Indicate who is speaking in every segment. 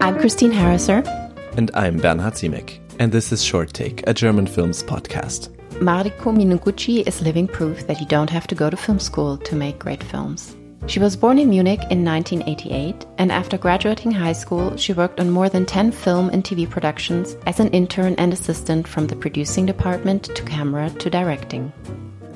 Speaker 1: I'm Christine Harriser.
Speaker 2: And I'm Bernhard Siemek. And this is Short Take, a German films podcast.
Speaker 1: Mariko Minoguchi is living proof that you don't have to go to film school to make great films. She was born in Munich in 1988, and after graduating high school, she worked on more than 10 film and TV productions as an intern and assistant from the producing department to camera to directing.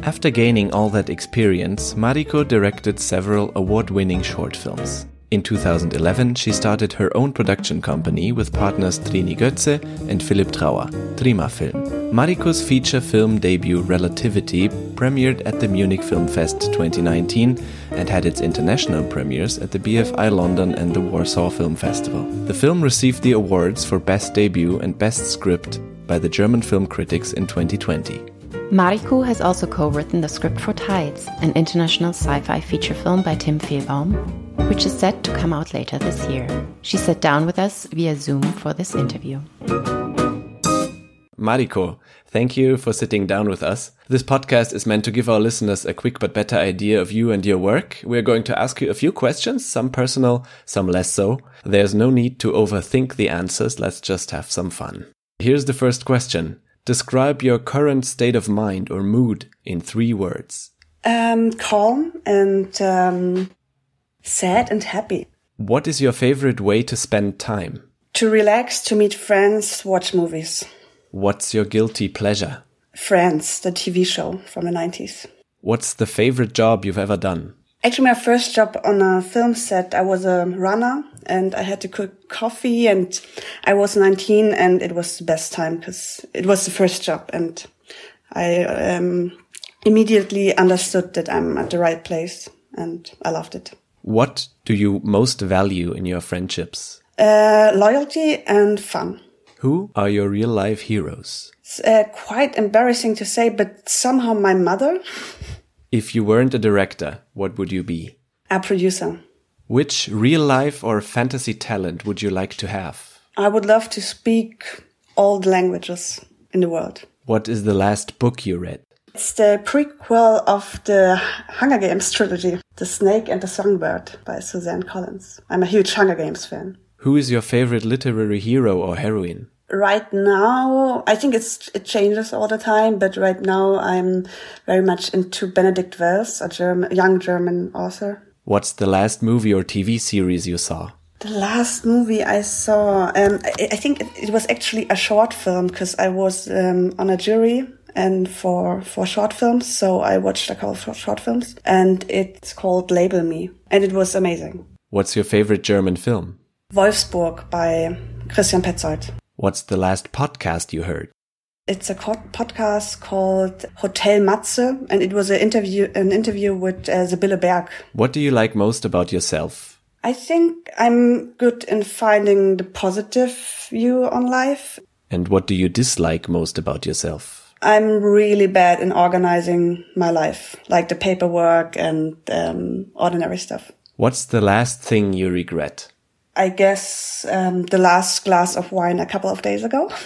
Speaker 2: After gaining all that experience, Mariko directed several award winning short films. In 2011, she started her own production company with partners Trini Götze and Philipp Trauer, Trima Film. Mariko's feature film debut Relativity premiered at the Munich Film Fest 2019 and had its international premieres at the BFI London and the Warsaw Film Festival. The film received the awards for Best Debut and Best Script by the German film critics in 2020.
Speaker 1: Mariko has also co written the script for Tides, an international sci fi feature film by Tim Fehlbaum, which is set to come out later this year. She sat down with us via Zoom for this interview.
Speaker 2: Mariko, thank you for sitting down with us. This podcast is meant to give our listeners a quick but better idea of you and your work. We're going to ask you a few questions, some personal, some less so. There's no need to overthink the answers, let's just have some fun. Here's the first question Describe your current state of mind or mood in three words.
Speaker 3: Um, calm and um, sad and happy.
Speaker 2: What is your favorite way to spend time?
Speaker 3: To relax, to meet friends, watch movies.
Speaker 2: What's your guilty pleasure?
Speaker 3: Friends, the TV show from the 90s.
Speaker 2: What's the favorite job you've ever done?
Speaker 3: Actually, my first job on a film set, I was a runner and I had to cook coffee and I was 19 and it was the best time because it was the first job and I um, immediately understood that I'm at the right place and I loved it.
Speaker 2: What do you most value in your friendships?
Speaker 3: Uh, loyalty and fun.
Speaker 2: Who are your real life heroes?
Speaker 3: It's uh, quite embarrassing to say, but somehow my mother,
Speaker 2: If you weren't a director, what would you be?
Speaker 3: a producer.
Speaker 2: Which real life or fantasy talent would you like to have?
Speaker 3: I would love to speak all the languages in the world.
Speaker 2: What is the last book you read?
Speaker 3: It's the prequel of the Hunger Games trilogy, The Snake and the Songbird by Suzanne Collins. I'm a huge Hunger Games fan.
Speaker 2: Who is your favorite literary hero or heroine?
Speaker 3: Right now, I think it's it changes all the time, but right now I'm very much into Benedikt Wells, a German, young German author.
Speaker 2: What's the last movie or TV series you saw?
Speaker 3: The last movie I saw, um, I, I think it, it was actually a short film because I was um, on a jury and for for short films, so I watched a couple of short, short films, and it's called Label Me, and it was amazing.
Speaker 2: What's your favorite German film?
Speaker 3: Wolfsburg by Christian Petzold.
Speaker 2: What's the last podcast you heard?
Speaker 3: It's a co- podcast called Hotel Matze, and it was an interview an interview with uh, Sibylle Berg,
Speaker 2: What do you like most about yourself?
Speaker 3: I think I'm good in finding the positive view on life.
Speaker 2: And what do you dislike most about yourself?
Speaker 3: I'm really bad in organizing my life, like the paperwork and um, ordinary stuff.
Speaker 2: What's the last thing you regret?
Speaker 3: I guess um, the last glass of wine a couple of days ago,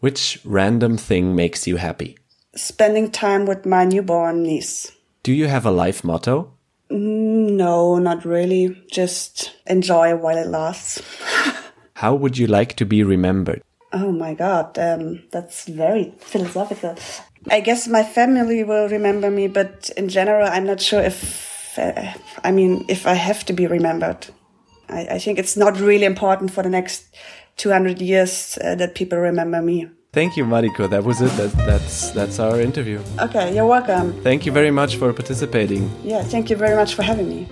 Speaker 2: Which random thing makes you happy?
Speaker 3: spending time with my newborn niece.
Speaker 2: Do you have a life motto?
Speaker 3: No, not really. Just enjoy while it lasts.
Speaker 2: How would you like to be remembered?
Speaker 3: Oh my god, um, that's very philosophical. I guess my family will remember me, but in general, I'm not sure if, uh, I mean, if I have to be remembered. I, I think it's not really important for the next 200 years uh, that people remember me.
Speaker 2: Thank you, Mariko. That was it. That, that's that's our interview.
Speaker 3: Okay, you're welcome.
Speaker 2: Thank you very much for participating.
Speaker 3: Yeah, thank you very much for having me.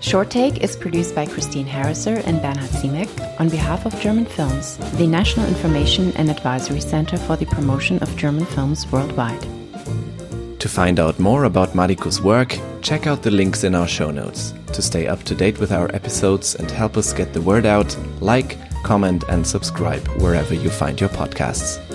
Speaker 1: Short Take is produced by Christine Harriser and Bernhard Siemek on behalf of German Films, the National Information and Advisory Center for the Promotion of German Films Worldwide.
Speaker 2: To find out more about Mariko's work, check out the links in our show notes. To stay up to date with our episodes and help us get the word out, like, comment, and subscribe wherever you find your podcasts.